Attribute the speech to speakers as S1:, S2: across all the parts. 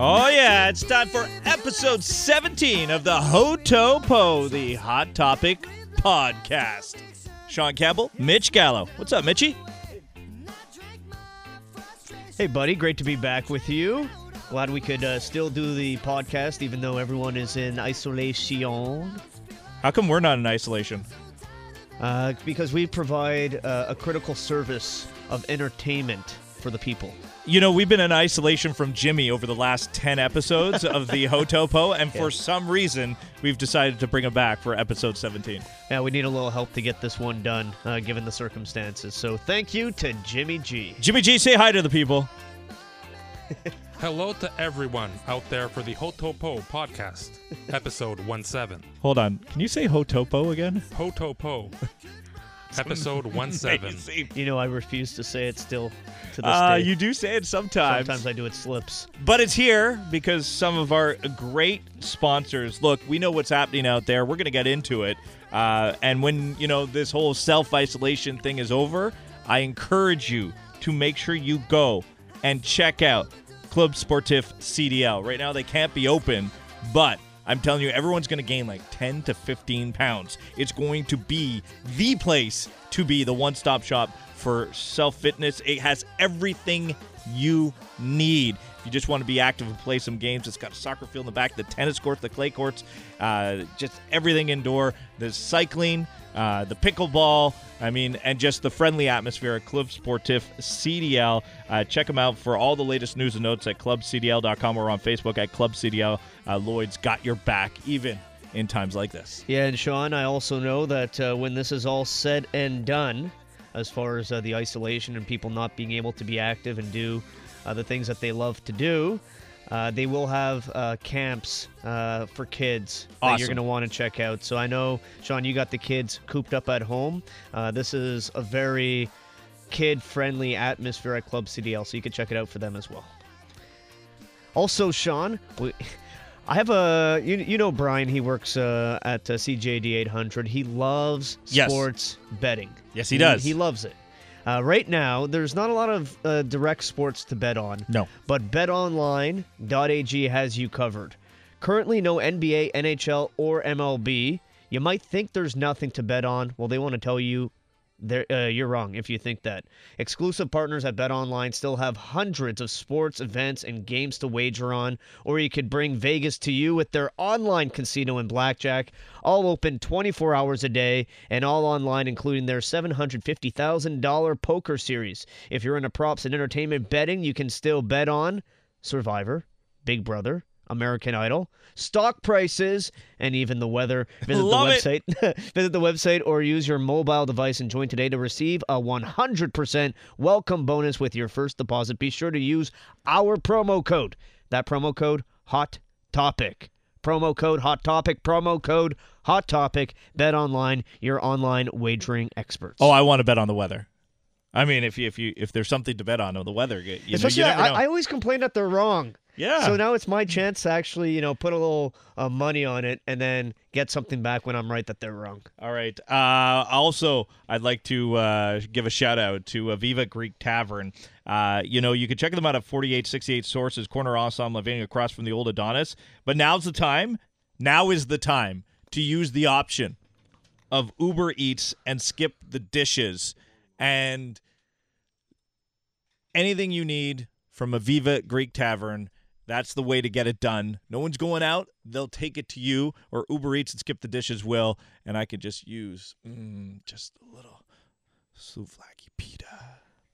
S1: Oh, yeah, it's time for episode 17 of the Hotopo, the Hot Topic podcast. Sean Campbell, Mitch Gallo. What's up, Mitchy?
S2: Hey, buddy, great to be back with you. Glad we could uh, still do the podcast, even though everyone is in isolation.
S1: How come we're not in isolation?
S2: Uh, because we provide uh, a critical service of entertainment for the people.
S1: You know, we've been in isolation from Jimmy over the last 10 episodes of the Hotopo, and for some reason, we've decided to bring him back for episode 17.
S2: Yeah, we need a little help to get this one done, uh, given the circumstances. So thank you to Jimmy G.
S1: Jimmy G, say hi to the people.
S3: Hello to everyone out there for the Hotopo podcast, episode 17.
S1: Hold on. Can you say Hotopo again?
S3: Hotopo, episode 17.
S2: You know, I refuse to say it still to this
S1: Uh,
S2: day.
S1: you do say it sometimes.
S2: Sometimes I do, it slips.
S1: But it's here because some of our great sponsors. Look, we know what's happening out there. We're going to get into it. Uh, and when, you know, this whole self isolation thing is over, I encourage you to make sure you go and check out Club Sportif CDL. Right now, they can't be open, but I'm telling you, everyone's going to gain like 10 to 15 pounds. It's going to be the place to be the one stop shop for self fitness. It has everything you need. If you just want to be active and play some games, it's got a soccer field in the back, the tennis courts, the clay courts, uh, just everything indoor. There's cycling, uh, the pickleball, I mean, and just the friendly atmosphere at Club Sportif CDL. Uh, check them out for all the latest news and notes at clubcdl.com or on Facebook at Club CDL. Uh, Lloyd's got your back, even in times like this.
S2: Yeah, and Sean, I also know that uh, when this is all said and done, as far as uh, the isolation and people not being able to be active and do uh, the things that they love to do, uh, they will have uh, camps uh, for kids that
S1: Awesome.
S2: you're going to want to check out. So I know, Sean, you got the kids cooped up at home. Uh, this is a very kid friendly atmosphere at Club CDL, so you can check it out for them as well. Also, Sean, we, I have a you, you know Brian. He works uh, at uh, CJD 800. He loves
S1: Yes.
S2: sports betting.
S1: Yes, he does.
S2: He loves it. Uh, right now, there's not a lot of uh, direct sports to bet on.
S1: No.
S2: But betonline.ag has you covered. Currently, no NBA, NHL, or MLB. You might think there's nothing to bet on. Well, they want to tell you there, uh, you're wrong if you think that. Exclusive partners at BetOnline still have hundreds of sports, events, and games to wager on, or you could bring Vegas to you with their online casino and blackjack, all open 24 hours a day and all online, including their $750,000 poker series. If you're into props and entertainment betting, you can still bet on Survivor, Big Brother, American Idol, stock prices, and even the weather. Visit
S1: Love
S2: the
S1: it.
S2: website website. Visit the website or use your mobile device and join today to receive a 100% welcome bonus with your first deposit. Be sure to use our promo code. That promo code Hot Topic. Promo code Hot Topic. Promo code Hot Topic. Bet online, your online wagering experts.
S1: Oh, I want to bet on the weather. I mean, if you, if you if there's something to bet on, the weather. You, you, know,
S2: Especially,
S1: you never know.
S2: I, I always complain that they're wrong.
S1: yeah.
S2: So now it's my chance to actually, you know, put a little uh, money on it and then get something back when I'm right that they're wrong.
S1: All right. Uh, also, I'd like to uh, give a shout out to Aviva Greek Tavern. Uh, you know, you can check them out at 4868 Sources, Corner Awesome, Living across from the old Adonis. But now's the time. Now is the time to use the option of Uber Eats and skip the dishes. And anything you need from Aviva Greek Tavern. That's the way to get it done. No one's going out. They'll take it to you, or Uber Eats and Skip the Dishes will. And I could just use mm, just a little souvlaki pita.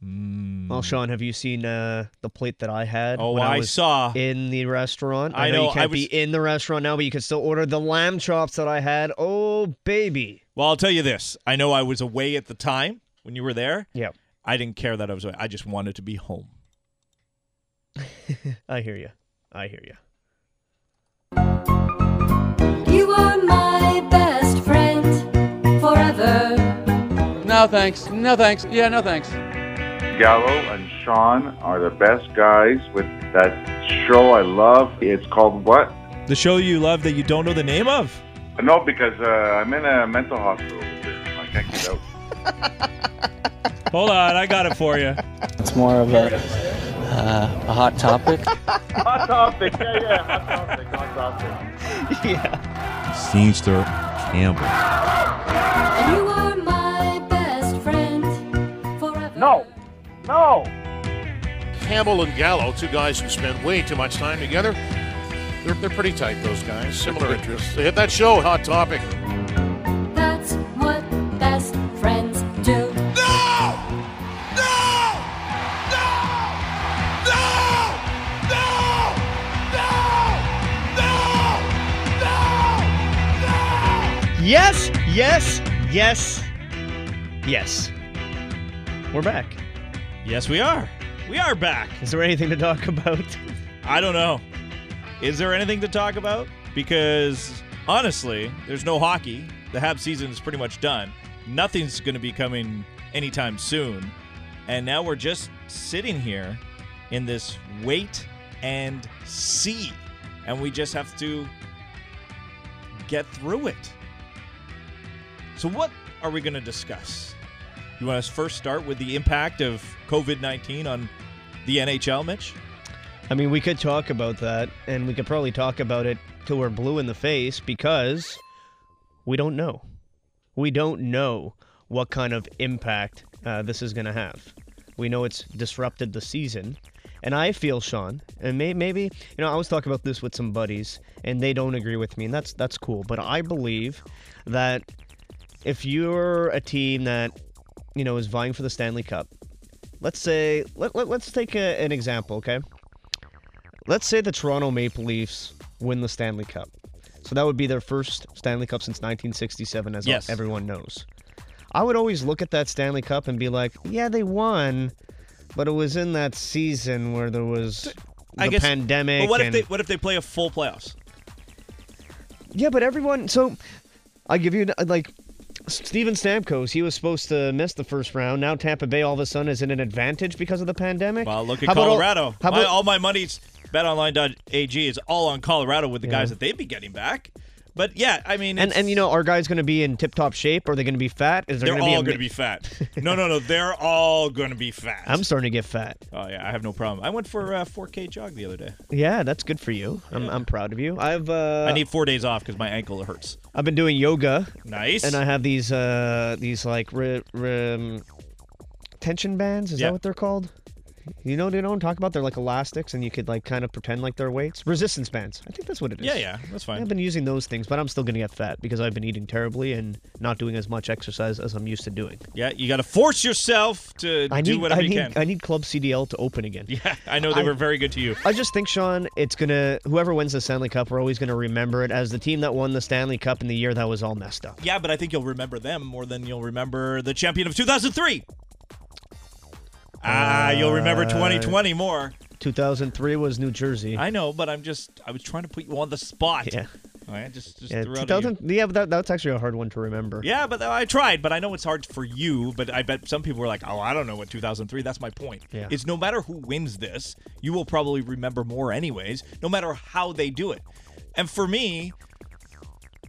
S1: Mm.
S2: Well, Sean, have you seen uh, the plate that I had?
S1: oh,
S2: when I
S1: I,
S2: was
S1: saw.
S2: in the restaurant.
S1: I
S2: I know,
S1: know,
S2: you can't
S1: I was-
S2: be in the restaurant now, but you can still order the lamb chops that I had. Oh baby.
S1: well, I'll tell you this. I know I was away at the time when you were there.
S2: Yeah,
S1: I didn't care that I was away. I just wanted to be home.
S2: I hear you. I hear you.
S4: You are my best friend forever.
S5: No thanks. No thanks. Yeah, no thanks.
S6: Gallo and Sean are the best guys with that show I love. It's called what?
S1: The show you love that you don't know the name of.
S6: No, because uh, I'm in a mental hospital. I can't get out.
S1: Hold on, I got it for you.
S7: It's more of a
S5: Uh, a hot topic?
S6: Hot topic. Yeah, yeah. Hot topic. Hot topic.
S2: yeah.
S7: Scenester Campbell.
S4: And you are my best friend forever.
S6: No. No.
S8: Campbell and Gallo, two guys who spend way too much time together. They're, they're pretty tight, those guys. Similar interests. They hit that show, Hot Topic.
S4: That's what best friends do.
S2: Yes, yes, yes, yes. We're back.
S1: Yes, we are. We are back.
S2: Is there anything to talk about?
S1: I don't know. Is there anything to talk about? Because honestly, there's no hockey. The Hab season is pretty much done. Nothing's going to be coming anytime soon. And now we're just sitting here in this wait and see. And we just have to get through it. So, what are we going to discuss? You want us to first start with the impact of COVID 19 on the NHL, Mitch?
S2: I mean, we could talk about that, and we could probably talk about it till we're blue in the face because we don't know. We don't know what kind of impact uh, this is going to have. We know it's disrupted the season. And I feel, Sean, and may- maybe, you know, I was talking about this with some buddies, and they don't agree with me, and that's that's cool. But I believe that if you're a team that, you know, is vying for the Stanley Cup, let's say, let, let, let's take a, an example, okay? Let's say the Toronto Maple Leafs win the Stanley Cup. So that would be their first Stanley Cup since 1967, as
S1: Yes.
S2: everyone knows. I would always look at that Stanley Cup and be like, yeah, they won, but it was in that season where there was the
S1: I guess-
S2: pandemic.
S1: But what if
S2: and-
S1: they what if they play a full playoffs?
S2: Yeah, but everyone. So I give you like Steven Stamkos. He was supposed to miss the first round. Now Tampa Bay all of a sudden is in an advantage because of the pandemic.
S1: Well, look at
S2: How about all-
S1: Colorado.
S2: how
S1: my,
S2: about-
S1: all my money's betonline.ag is all on Colorado with the
S2: Yeah.
S1: guys that they'd be getting back. But yeah, I mean,
S2: and
S1: it's-
S2: and you know, are guys going to be in tip top shape? Are they going to be fat? Is there
S1: they're
S2: going to be?
S1: all
S2: a mi-
S1: going to be fat. No, no, no, they're all going to be fat.
S2: I'm starting to get fat.
S1: oh yeah, I have no problem. I went for a 4K jog the other day.
S2: Yeah, that's good for you. I'm, I'm proud of you. I've uh,
S1: I need four days off because my ankle hurts.
S2: I've been doing yoga
S1: Nice.
S2: and I have these uh these like ri- ri- um, tension bands. Is
S1: Yeah.
S2: that what they're called? You know, what I don't talk about. They're like elastics, and you could like kind of pretend like they're weights. Resistance bands. I think that's what it is.
S1: yeah, yeah, that's fine.
S2: I've been using those things, but I'm still gonna get fat because I've been eating terribly and not doing as much exercise as I'm used to doing.
S1: yeah, you got to force yourself to
S2: I
S1: do
S2: need,
S1: whatever
S2: I
S1: you
S2: need,
S1: can.
S2: I need Club CDL to open again.
S1: yeah, I know they
S2: I-
S1: were very good to you.
S2: I just think, Sean, it's gonna whoever wins the Stanley Cup, we're always gonna remember it as the team that won the Stanley Cup in the year that was all messed up.
S1: Yeah, but I think you'll remember them more than you'll remember the champion of 2003. Ah, you'll
S2: Uh,
S1: remember 2020 more.
S2: 2003 was New Jersey.
S1: I know, but I'm just I was trying to put you on the spot.
S2: Yeah.
S1: All right, just just
S2: Yeah,
S1: threw out at
S2: 2000
S1: you.
S2: yeah, but that, that's actually a hard one to remember.
S1: Yeah, but I tried, but I know it's hard for you, but I bet some people were like, "Oh, I don't know what 2003." That's my point.
S2: Yeah.
S1: It's no matter who wins this, you will probably remember more anyways, no matter how they do it. And for me,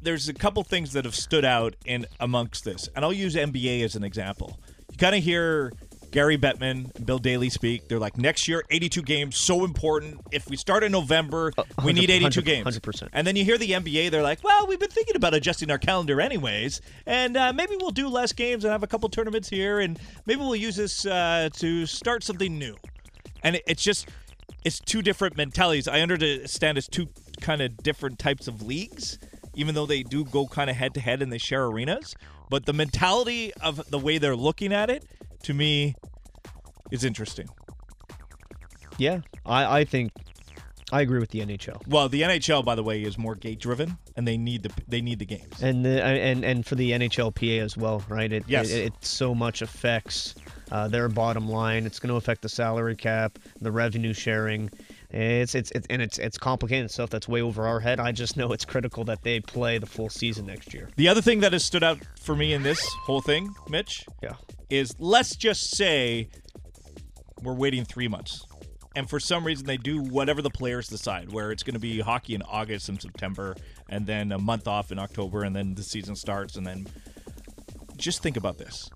S1: there's a couple things that have stood out in amongst this, and I'll use NBA as an example. You kind of hear Gary Bettman, and Bill Daly speak. They're like, next year, 82 games, so important. If we start in November, we
S2: 100
S1: need 82
S2: 100
S1: games.
S2: 100%.
S1: And then you hear the NBA, they're like, well, we've been thinking about adjusting our calendar anyways, and uh, maybe we'll do less games and have a couple tournaments here, and maybe we'll use this uh, to start something new. And it, it's just, it's two different mentalities. I understand it's two kind of different types of leagues, even though they do go kind of head to head and they share arenas. But the mentality of the way they're looking at it, to me, is interesting.
S2: Yeah, I, I think I agree with the NHL.
S1: Well, the NHL, by the way, is more gate driven, and they need the they need the games.
S2: And the, I- and and for the NHLPA as well, right? It,
S1: Yes.
S2: It, it so much affects uh, their bottom line. It's going to affect the salary cap, the revenue sharing. It's it's it, and it's it's complicated and stuff that's way over our head. I just know it's critical that they play the full season next year.
S1: The other thing that has stood out for me in this whole thing, Mitch,
S2: Yeah.
S1: is let's just say we're waiting three months. And for some reason, they do whatever the players decide, where it's going to be hockey in August and September, and then a month off in October, and then the season starts. And then just think about this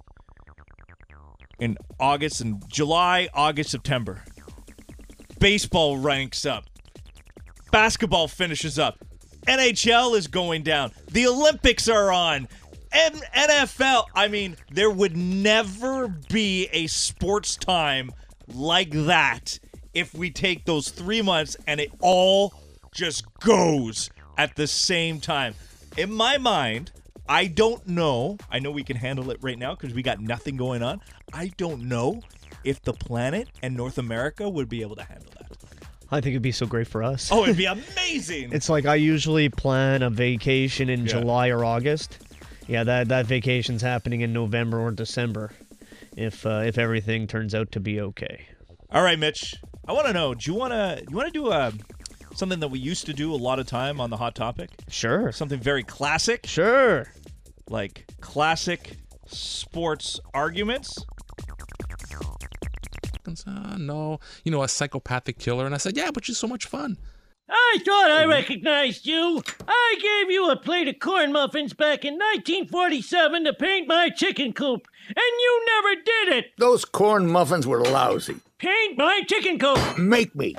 S1: in August and July, August, September. Baseball ranks up. Basketball finishes up. NHL is going down. The Olympics are on. And NFL. I mean, there would never be a sports time like that if we take those three months and it all just goes at the same time. In my mind, I don't know. I know we can handle it right now because we got nothing going on. I don't know if the planet and North America would be able to handle that.
S2: I think it'd be so great for us.
S1: Oh, it'd be amazing.
S2: It's like I usually plan a vacation in July or August. Yeah, that that vacation's happening in November or December, if uh, if everything turns out to be okay.
S1: All right, Mitch. I want to know. Do you want to? You want to do a something that we used to do a lot of time on the hot topic?
S2: Sure.
S1: Something very classic,
S2: Sure.
S1: like classic sports arguments.
S3: Goes, "Ah, no, you know, a psychopathic killer. And I said, yeah, but she's so much fun.
S9: I thought I recognized you. I gave you a plate of corn muffins back in 1947 to paint my chicken coop, and you never did it.
S10: Those corn muffins were lousy.
S9: Paint my chicken coop.
S10: Make me.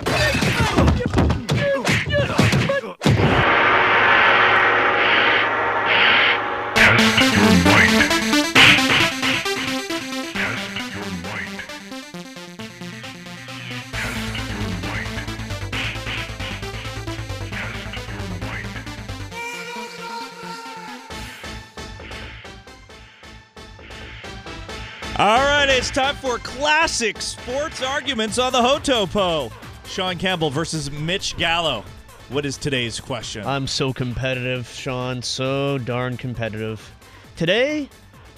S1: All right, it's time for classic sports arguments on the Hotopo. Sean Campbell versus Mitch Gallo. What is today's question?
S2: I'm so competitive, Sean. So darn competitive. Today,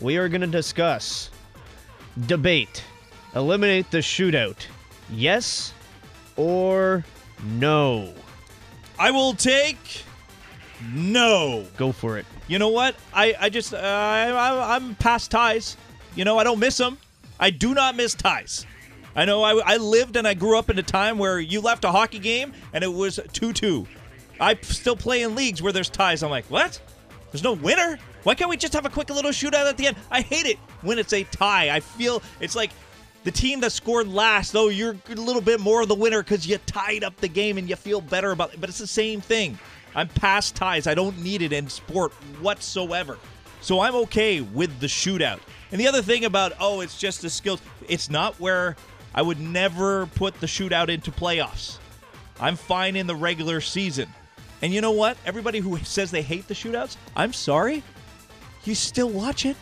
S2: we are going to discuss debate, eliminate the shootout. Yes or no?
S1: I will take no.
S2: Go for it.
S1: You know what? I I just uh, I, I I'm past ties. You know I don't miss them. I do not miss ties. I know I, I lived and I grew up in a time where you left a hockey game and it was two two. I p- still play in leagues where there's ties. I'm like, what? There's no winner. Why can't we just have a quick little shootout at the end? I hate it when it's a tie. I feel it's like the team that scored last, though, you're a little bit more of the winner because you tied up the game and you feel better about it. But it's the same thing. I'm past ties. I don't need it in sport whatsoever. So I'm okay with the shootout. And the other thing about, oh, it's just the skills, it's not where I would never put the shootout into playoffs. I'm fine in the regular season. And you know what? Everybody who says they hate the shootouts, I'm sorry. You still watch it.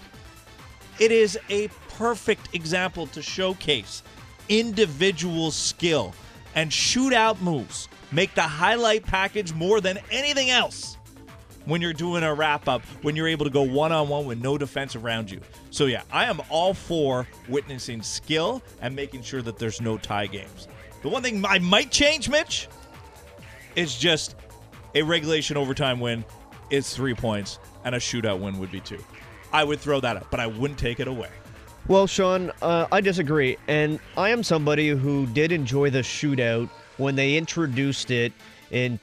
S1: It is a perfect example to showcase individual skill and shootout moves. Make the highlight package more than anything else when you're doing a wrap up, when you're able to go one on one with no defense around you. So, yeah, I am all for witnessing skill and making sure that there's no tie games. The one thing I might change, Mitch, is just a regulation overtime win is three points, and a shootout win would be two. I would throw that up, but I wouldn't take it away.
S2: Well, Sean, uh, I disagree. And I am somebody who did enjoy the shootout when they introduced it in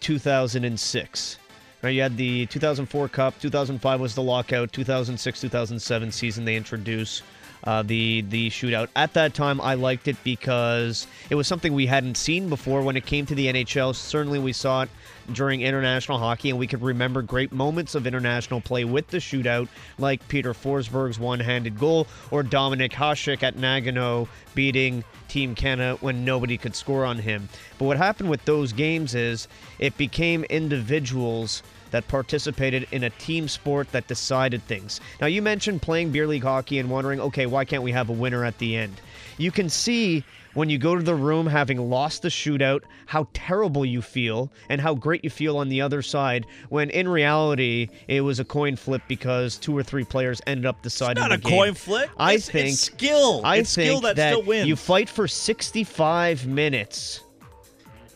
S2: 2006. Right, you had the 2004 Cup, 2005 was the lockout, 2006 2007 season they introduced uh, the, the shootout. At that time, I liked it because it was something we hadn't seen before when it came to the NHL. Certainly, we saw it during international hockey, and we could remember great moments of international play with the shootout, like Peter Forsberg's one-handed goal or Dominic Hasek at Nagano beating Team Canada when nobody could score on him. But what happened with those games is it became individuals that participated in a team sport that decided things. Now you mentioned playing beer league hockey and wondering, okay, why can't we have a winner at the end? You can see when you go to the room having lost the shootout, how terrible you feel and how great you feel on the other side, when in reality, it was a coin flip because two or three players ended up deciding
S1: Not
S2: the
S1: a
S2: game.
S1: coin flip.
S2: I
S1: It's- it's
S2: think
S1: skill.
S2: I
S1: It's
S2: think
S1: skill that still wins.
S2: you fight for 65 minutes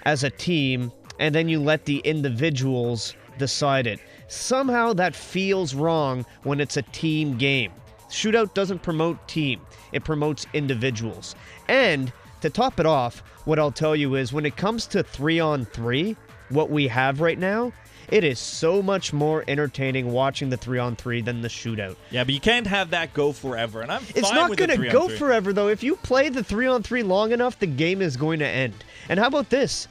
S2: as a team, and then you let the individuals decide it. Somehow that feels wrong when it's a team game. Shootout doesn't promote team, it promotes individuals. And to top it off, what I'll tell you is when it comes to three on three, what we have right now, it is so much more entertaining watching the three on three than the shootout.
S1: Yeah, but you can't have that go forever, and I'm
S2: It's
S1: fine
S2: not
S1: with
S2: going
S1: the three
S2: to
S1: on
S2: go
S1: three.
S2: forever, though. If you play the three on three long enough, the game is going to end. And how about this?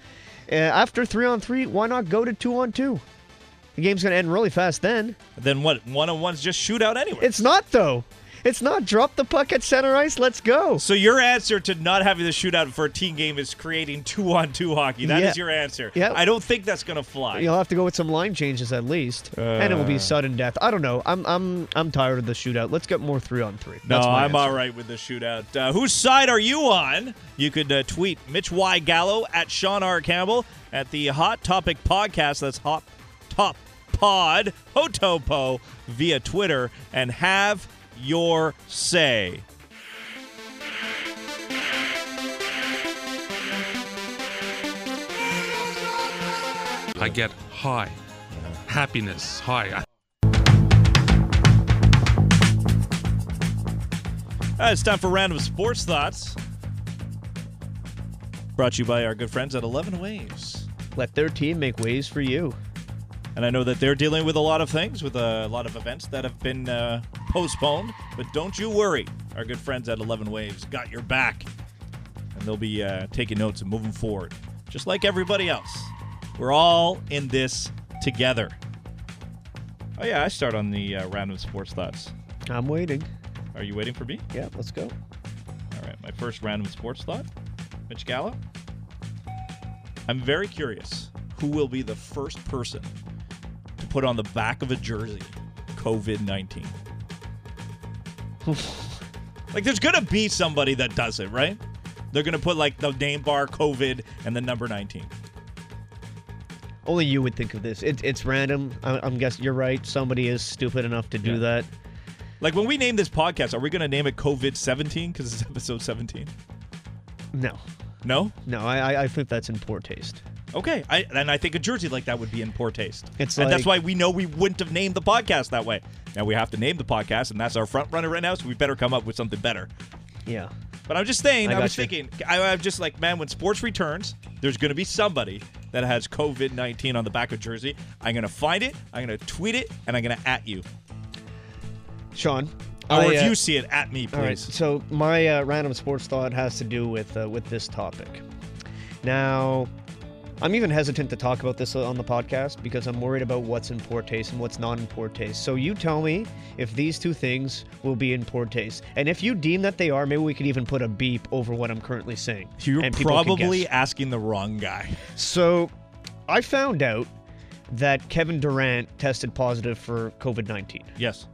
S2: Uh, after three on three, why not go to two on two? The game's going to end really fast then.
S1: Then what? One on ones just shoot out anyway.
S2: It's not, though. It's not. Drop the puck at center ice. Let's go.
S1: So your answer to not having the shootout for a team game is creating two on two hockey. That is
S2: Yeah.
S1: your answer.
S2: Yeah.
S1: I don't think that's gonna fly.
S2: You'll have to go with some line changes at least, and it will be
S1: Uh.
S2: sudden death. I don't know. I'm I'm I'm tired of the shootout. Let's get more three on three.
S1: No,
S2: That's my
S1: I'm
S2: answer.
S1: all right with the shootout. Uh, whose side are you on? You could uh, tweet Mitch Y. Gallo at Sean R. Campbell at the Hot Topic Podcast. That's Hot Top Pod Hotopo via Twitter and have your say.
S3: I get high. Happiness high.
S1: Uh, it's time for random sports thoughts. Brought to you by our good friends at 11 Waves.
S2: Let their team make ways for you.
S1: And I know that they're dealing with a lot of things, with a lot of events that have been uh, postponed. But don't you worry, our good friends at 11 Waves got your back. And they'll be uh, taking notes and moving forward, just like everybody else. We're all in this together. Oh, yeah, I start on the uh, random sports thoughts.
S2: I'm waiting.
S1: Are you waiting for me?
S2: Yeah, let's go.
S1: All right, my first random sports thought Mitch Gallo. I'm very curious who will be the first person to put on the back of a jersey COVID 19. like, there's going to be somebody that does it, right? They're going to put like the name bar COVID and the number 19.
S2: Only you would think of this. It, it's random. I, I'm guessing you're right. Somebody is stupid enough to do
S1: Yeah.
S2: that.
S1: Like, when we name this podcast, are we going to name it COVID 17 because it's episode 17?
S2: No,
S1: No?
S2: no. I I- I think that's in poor taste.
S1: Okay, I, and I think a jersey like that would be in poor taste.
S2: It's
S1: and that's why
S2: like-
S1: we know we wouldn't have named the podcast that way. Now we have to name the podcast, and that's our front runner right now. So we better come up with something better.
S2: Yeah.
S1: But I'm just saying,
S2: I
S1: I, was
S2: gotcha.
S1: thinking, I, I'm just like, man, when sports returns, there's going to be somebody that has COVID 19 on the back of jersey. I'm going to find it, I'm going to tweet it, and I'm going to at you.
S2: Sean.
S1: Or
S2: I,
S1: if
S2: uh,
S1: you see it, at me,
S2: All right.
S1: please.
S2: So my uh, random sports thought has to do with uh, with this topic. Now, I'm even hesitant to talk about this uh, on the podcast because I'm worried about what's in poor taste and what's not in poor taste. So you tell me if these two things will be in poor taste, and if you deem that they are, maybe we could even put a beep over what I'm currently saying.
S1: You're
S2: and people can
S1: probably
S2: guess.
S1: asking the wrong guy.
S2: so. I found out that Kevin Durant tested positive for COVID 19.
S1: Yes.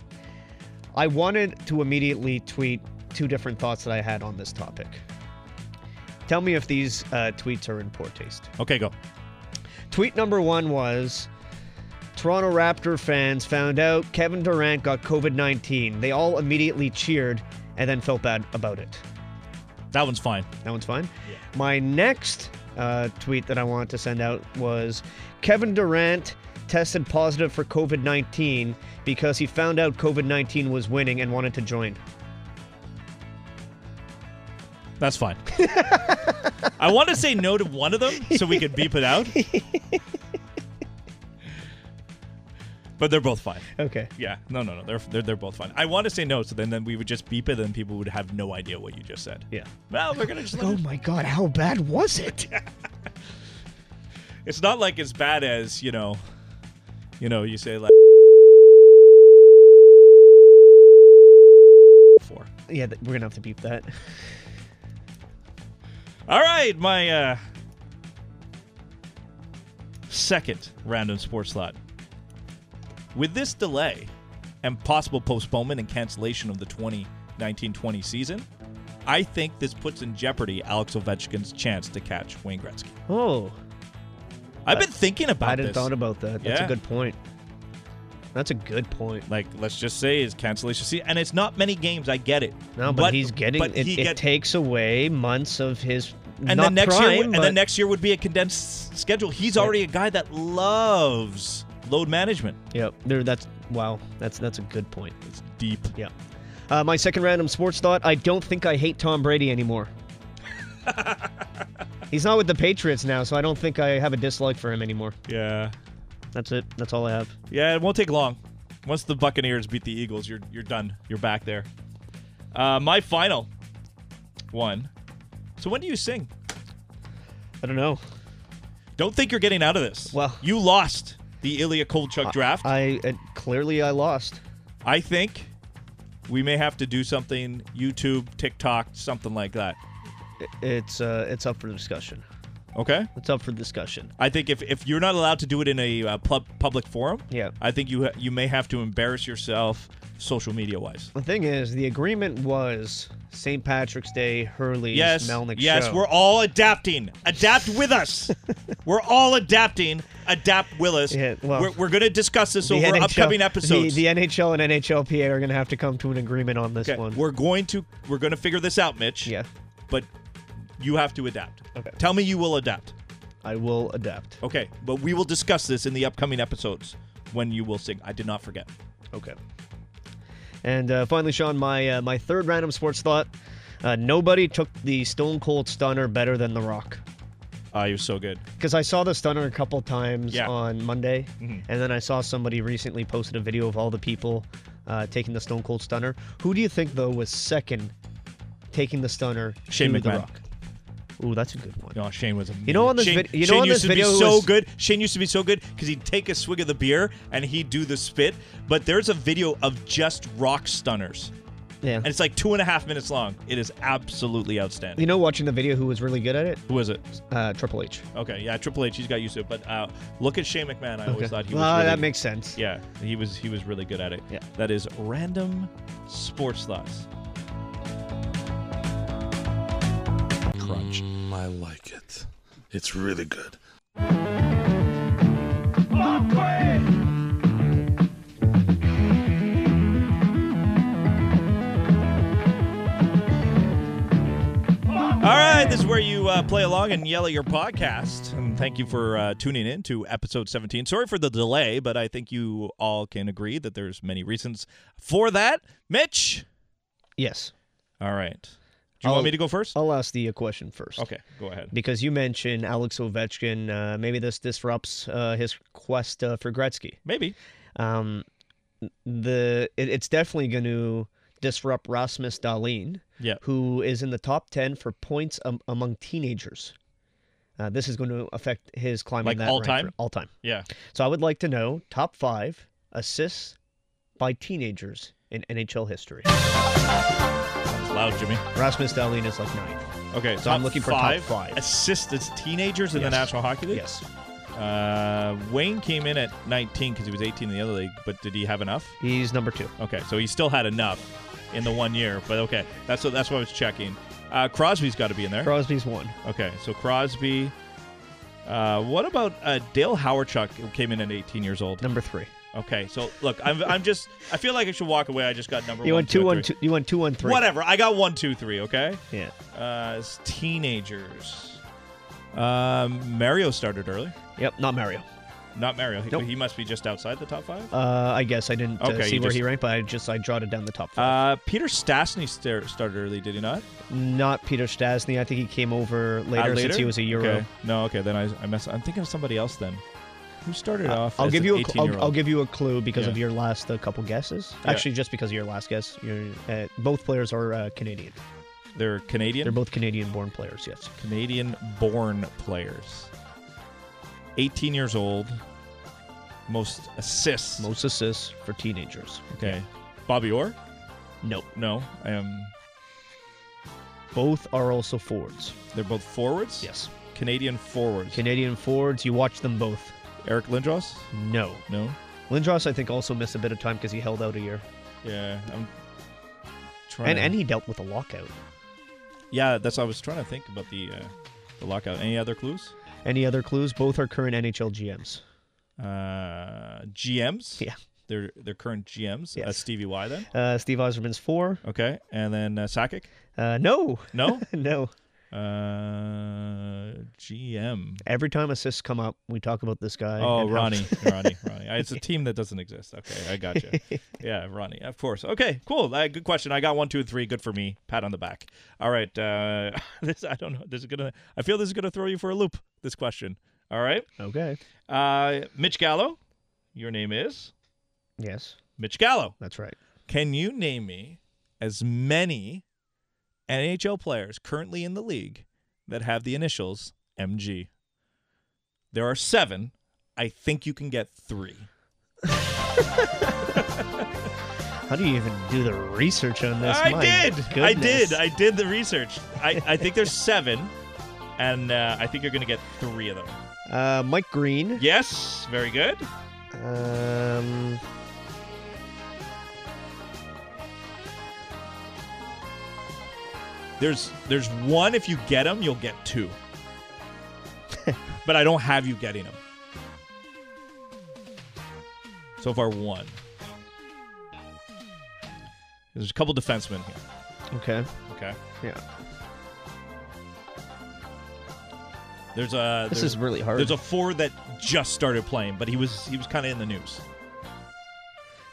S2: I wanted to immediately tweet two different thoughts that I had on this topic. Tell me if these uh, tweets are in poor taste.
S1: Okay, go.
S2: Tweet number one was Toronto Raptor fans found out Kevin Durant got COVID 19. They all immediately cheered and then felt bad about it.
S1: That one's fine.
S2: That one's fine. My next uh, tweet that I wanted to send out was Kevin Durant tested positive for COVID 19 because he found out COVID 19 was winning and wanted to join.
S1: That's fine. I want to say no to one of them so we could beep it out. but they're both fine.
S2: Okay.
S1: Yeah. No, no, no. They're, they're they're both fine. I want to say no, so then, then we would just beep it and people would have no idea what you just said.
S2: Yeah.
S1: Well, we're gonna just
S2: Oh
S1: let it-
S2: my god, how bad was it?
S1: It's not like as bad as, you know, you know, you say like four.
S2: yeah, th- we're gonna have to beep that.
S1: All right, my uh, second random sports thought. With this delay and possible postponement and cancellation of the 2019-20 season, I think this puts in jeopardy Alex Ovechkin's chance to catch Wayne Gretzky.
S2: Oh,
S1: I've been thinking about
S2: I hadn't
S1: this.
S2: thought about that. That's
S1: Yeah.
S2: a good point. That's a good point.
S1: like let's just say his cancellation see and it's not many games I get it
S2: No, but, he's getting
S1: but
S2: it,
S1: he
S2: it
S1: get-
S2: takes away months of his
S1: and
S2: not
S1: then next year
S2: prime,
S1: w- and
S2: but-
S1: then next year would be a condensed s- schedule he's already a guy that loves load management
S2: Yep, there. That's wow. That's that's a good point.
S1: it's deep
S2: Yeah. Uh, my second random sports thought: I don't think I hate Tom Brady anymore. He's not with the Patriots now, so I don't think I have a dislike for him anymore.
S1: Yeah.
S2: That's it. That's all I have.
S1: Yeah, it won't take long. Once the Buccaneers beat the Eagles, you're you're done. You're back there. Uh, my final one. So when do you sing?
S2: I don't know.
S1: Don't think you're getting out of this.
S2: Well-
S1: you lost the Ilya Kolchuk draft.
S2: I uh, clearly I lost.
S1: I think we may have to do something YouTube, TikTok, something like that.
S2: It's uh, it's up for discussion.
S1: Okay.
S2: It's up for discussion.
S1: I think if, if you're not allowed to do it in a uh, pub, public forum,
S2: Yeah.
S1: I think you ha- you may have to embarrass yourself social media wise.
S2: The thing is, the agreement was St. Patrick's Day, Hurley's
S1: Yes,
S2: Melnick
S1: yes,
S2: show.
S1: we're all adapting. Adapt with us. we're all adapting. Adapt with us.
S2: Yeah, well-
S1: we're we're going to discuss this
S2: The
S1: over
S2: NHL
S1: upcoming episodes.
S2: The, the NHL and NHLPA are going to have to come to an agreement on this
S1: Okay,
S2: one.
S1: We're going to we're going to figure this out, Mitch.
S2: yeah,
S1: But you have to adapt.
S2: Okay.
S1: Tell me you will adapt.
S2: I will adapt.
S1: Okay, but we will discuss this in the upcoming episodes when you will sing. I did not forget.
S2: Okay. And uh, finally, Sean, my uh, my third random sports thought. Uh, nobody took the Stone Cold Stunner better than The Rock.
S1: Ah, you're so good.
S2: Because I saw the stunner a couple times
S1: Yeah. Mm-hmm.
S2: on Monday, and then I saw somebody recently posted a video of all the people uh, taking the Stone Cold Stunner. Who do you think though was second taking the stunner?
S1: Shane
S2: to The
S1: McMahon.
S2: Rock. Ooh, that's a good one.
S1: No, Shane was amazing.
S2: know, on this
S1: Shane,
S2: vid- you know,
S1: Shane
S2: on
S1: used
S2: this
S1: to
S2: video
S1: be
S2: it
S1: so
S2: was-
S1: good. Shane used to be so good because he'd take a swig of the beer and he'd do the spit. But there's a video of just rock stunners,
S2: Yeah.
S1: and it's like two and a half minutes long. It is absolutely outstanding.
S2: you know, watching the video, who was really good at it?
S1: Who is it?
S2: Uh, Triple H.
S1: Okay, yeah, Triple H. He's got used to it. But uh, look at Shane McMahon. I always thought he was.
S2: well,
S1: really
S2: Ah, that makes sense.
S1: Yeah, he was. He was really good at it.
S2: Yeah.
S1: That is random sports thoughts. Crunch.
S3: Mm, I like it.
S8: It's really good.
S1: All right, this is where you uh, play along and yell at your podcast. And thank you for uh, tuning in to episode 17. Sorry for the delay, but I think you all can agree that there's many reasons for that. Mitch.
S2: Yes.
S1: All right. Do you
S2: I'll-
S1: want me to go first?
S2: I'll ask the Um, uh, question first.
S1: okay, go ahead.
S2: Because you mentioned Alex Ovechkin, uh, maybe this disrupts uh, his quest uh, for Gretzky.
S1: Maybe.
S2: um, the it, it's definitely going to disrupt Rasmus Dahlin,
S1: Yeah.
S2: who is in the top ten for points am- among teenagers. Uh, this is going to affect his climbing
S1: Like
S2: that
S1: all
S2: rank
S1: time?
S2: for- all time.
S1: Yeah.
S2: So I would like to know top five assists by teenagers in NHL history.
S1: It's loud, Jimmy.
S2: Rasmus Dahlin is like ninth.
S1: Okay, so
S2: I'm looking for top five.
S1: Assist as teenagers in the
S2: Yes.
S1: National Hockey League?
S2: Yes,
S1: Uh, Wayne came in at 19 because he was 18 in the other league, but did he have enough?
S2: he's number two.
S1: Okay, so he still had enough in the one year, but okay, that's what that's what I was checking. Uh, Crosby's got to be in there.
S2: Crosby's one.
S1: Okay, so Crosby. Uh, what about uh, Dale Howarchuk who came in at 18 years old?
S2: Number three.
S1: Okay, so look, I'm, I'm just I feel like I should walk away. I just got number
S2: You
S1: one,
S2: went two
S1: and
S2: one
S1: three.
S2: two. You went two one three.
S1: Whatever, I got one, two, three. Okay,
S2: Yeah.
S1: uh, it's teenagers. Um, Mario started early.
S2: Yep. Not Mario.
S1: Not Mario. He-
S2: Nope.
S1: He, must be just outside the top five.
S2: Uh, I guess I didn't uh,
S1: Okay,
S2: see
S1: you
S2: where
S1: just-
S2: he ranked, but I just I jotted down the top five.
S1: Uh, Peter Stastny star- started early, did he not?
S2: Not Peter Stasny. I think he came over
S1: Uh,
S2: later, since he was a Euro.
S1: Okay. No, okay, then I, I mess. I'm thinking of somebody else then. Who started
S2: Uh,
S1: off?
S2: I'll
S1: as
S2: give
S1: an
S2: you a
S1: 18
S2: will
S1: year
S2: I'll give you a clue because of
S1: Yeah.
S2: your last uh, couple guesses.
S1: Yeah.
S2: Actually, just because of your last guess, you're, uh, both players are uh, Canadian.
S1: They're Canadian.
S2: They're both Canadian-born players. Yes.
S1: Canadian born players. 18 years old. Most assists.
S2: Most assists for teenagers.
S1: Okay. Bobby Orr?
S2: No,
S1: No. Um,
S2: both are also forwards.
S1: they're both forwards?
S2: Yes,
S1: Canadian forwards.
S2: Canadian forwards. You watch them both.
S1: Eric Lindros?
S2: No,
S1: No.
S2: Lindros I think also missed a bit of time because he held out a year,
S1: Yeah. I'm trying
S2: and
S1: to-
S2: and he dealt with a lockout.
S1: Yeah, that's what I was trying to think about the, uh, the lockout. Any other clues?
S2: Any other clues? Both are current NHL GMs.
S1: Uh, GMs?
S2: Yeah.
S1: Their, their current GMs. Uh,
S2: Yes.
S1: Stevie Y then?
S2: Uh, Steve Eiserman's four.
S1: Okay. And then uh, Sakic?
S2: Uh, no,
S1: No?
S2: no.
S1: Uh, GM.
S2: Every time assists come up, we talk about this guy.
S1: Oh,
S2: and how-
S1: Ronnie, Ronnie, Ronnie. It's a team that doesn't exist. Okay, I got gotcha. you. Yeah, Ronnie, of course. Okay, cool. Uh, good question. I got one, two, and three. Good for me. Pat on the back. All right. Uh, this I don't know. This is gonna. I feel this is gonna throw you for a loop. This question. All right.
S2: okay.
S1: Uh, Mitch Gallo. Your name is
S2: Yes,
S1: Mitch Gallo.
S2: that's right.
S1: Can you name me as many NHL players currently in the league that have the initials MG? There are seven. I think you can get three.
S2: How do you even do the research on this?
S1: I
S2: My
S1: did. I
S2: goodness.
S1: did. I did the research. I, I think there's seven, and uh, I think you're going to get three of them.
S2: Uh, Mike Green.
S1: Yes. Very good.
S2: Um,
S1: There's there's one. If you get them, you'll get two. but I don't have you getting them. So far, one. There's a couple defensemen here.
S2: okay.
S1: Okay.
S2: Yeah.
S1: There's a
S2: This
S1: there's,
S2: is really hard.
S1: there's a four that just started playing, but he was he was kind of in the news.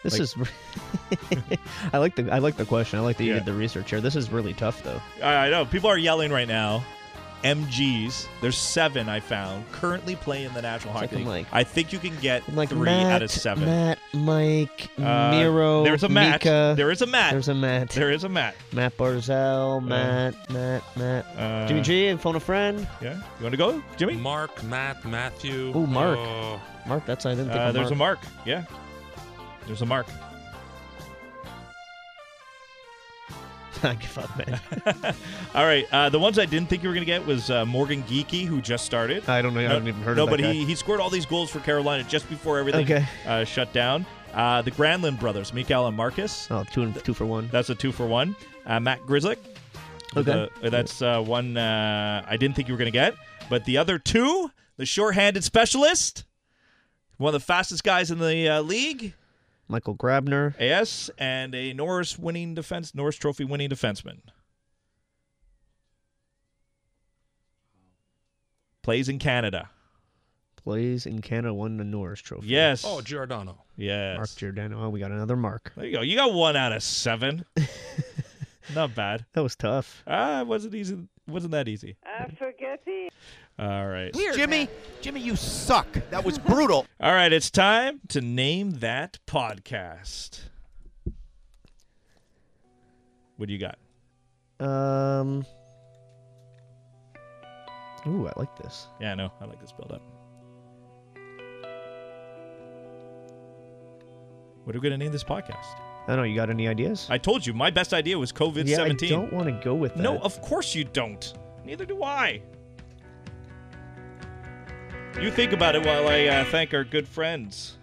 S2: this
S1: like-
S2: is. re- I like the I like the question. I like that you
S1: Yeah.
S2: did the research here. This is really tough though.
S1: I I know people are yelling right now. MGs, there's seven I found currently playing in the National
S2: like
S1: Hockey League.
S2: I'm like-
S1: I think you can get
S2: I'm like
S1: three
S2: Matt,
S1: out of seven.
S2: Matt, Mike,
S1: Uh,
S2: Miro.
S1: there's a Matt.
S2: Mika.
S1: There is a Matt.
S2: There's a Matt.
S1: There is a Matt.
S2: Matt Barzell. Matt. Matt. Matt.
S1: Uh,
S2: Jimmy G. And phone a friend.
S1: Yeah, you want to go, Jimmy?
S3: Mark, Matt, Matthew.
S2: Ooh, Mark.
S3: Uh,
S2: Mark. That's I didn't think.
S1: Uh,
S2: of
S1: there's a
S2: Mark.
S1: mark. Yeah, there's a mark.
S2: a Mark. I give up, man.
S1: All right, uh, the ones I didn't think you were gonna get was uh, Morgan Geeky, who just started.
S2: I don't know. I
S1: No-
S2: haven't even heard
S1: no,
S2: of that
S1: but he he scored all these goals for Carolina just before everything
S2: Okay.
S1: uh, shut down. Uh, the Granlund brothers, Mikael and Marcus.
S2: guy. Oh, two and two for one.
S1: That's a two for one. Uh, Matt Grizzlick.
S2: Okay.
S1: The- that's uh, one uh, I didn't think you were going to get. But the other two, the shorthanded specialist, one of the fastest guys in the uh, league,
S2: Michael Grabner.
S1: AS, and a Norris winning defense, Norris Trophy winning defenseman. Plays in Canada.
S2: plays in Canada, won the Norris Trophy.
S1: Yes.
S3: oh, Giordano.
S1: yes.
S2: Mark Giordano. Oh, we got another Mark.
S1: there you go. You got one out of seven. Not bad.
S2: That was tough.
S1: Ah, it wasn't easy. Wasn't that easy? I forget the. All right.
S11: Jimmy, Jimmy, you suck. That was brutal.
S1: All right. It's time to name that podcast. What do you got?
S2: Um. Ooh, I like this.
S1: Yeah, I know. I like this build up. What are we gonna name this podcast?
S2: I don't know. You got any ideas?
S1: I told you my best idea was COVID
S2: yeah,
S1: seventeen.
S2: I don't want to go with that.
S1: No, of course you don't. Neither do I. You think about it while I uh, thank our good friends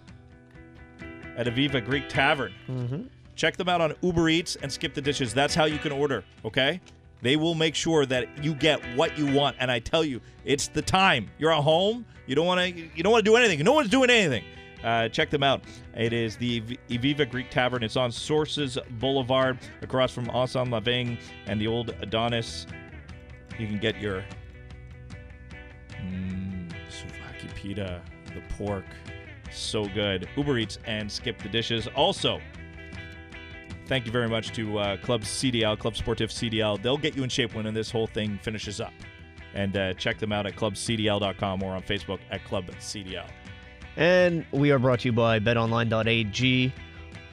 S1: at Aviva Greek Tavern. Mm-hmm. Check them out on Uber Eats and Skip the Dishes. That's how you can order, okay? They will make sure that you get what you want. And I tell you, it's the time. You're at home. You don't want to. You don't want to do anything. No one's doing anything. Uh, check them out. It is the Ev- Eviva Greek Tavern. It's on Sources Boulevard, across from Asan Laving and the old Adonis. You can get your mm, souvlaki pita, the pork, so good. Uber Eats and Skip the Dishes. Also, thank you very much to uh, Club CDL, Club Sportif CDL. They'll get you in shape when this whole thing finishes up. And uh, check them out at clubcdl.com or on Facebook at Club CDL.
S2: And we are brought to you by betonline.ag.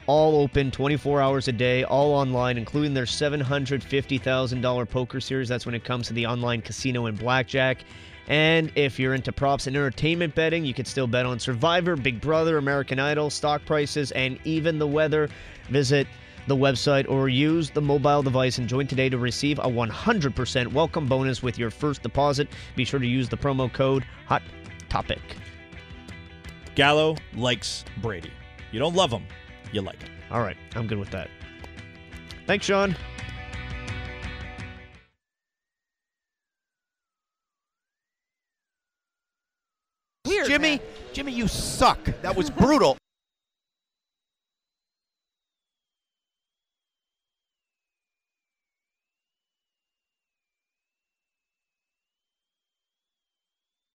S2: All open 24 hours a day, all online, including their $750,000 poker series. That's when it comes to the online casino and blackjack. And if you're into props and entertainment betting, you can still bet on Survivor, Big Brother, American Idol, stock prices, and even the weather. Visit the website or use the mobile device and join today to receive a 100% welcome bonus with your first deposit. Be sure to use the promo code HOT TOPIC.
S1: Gallo likes Brady. You don't love him, you like him.
S2: All right, I'm good with that. Thanks, Sean.
S11: Jimmy, Jimmy, you suck. That was brutal.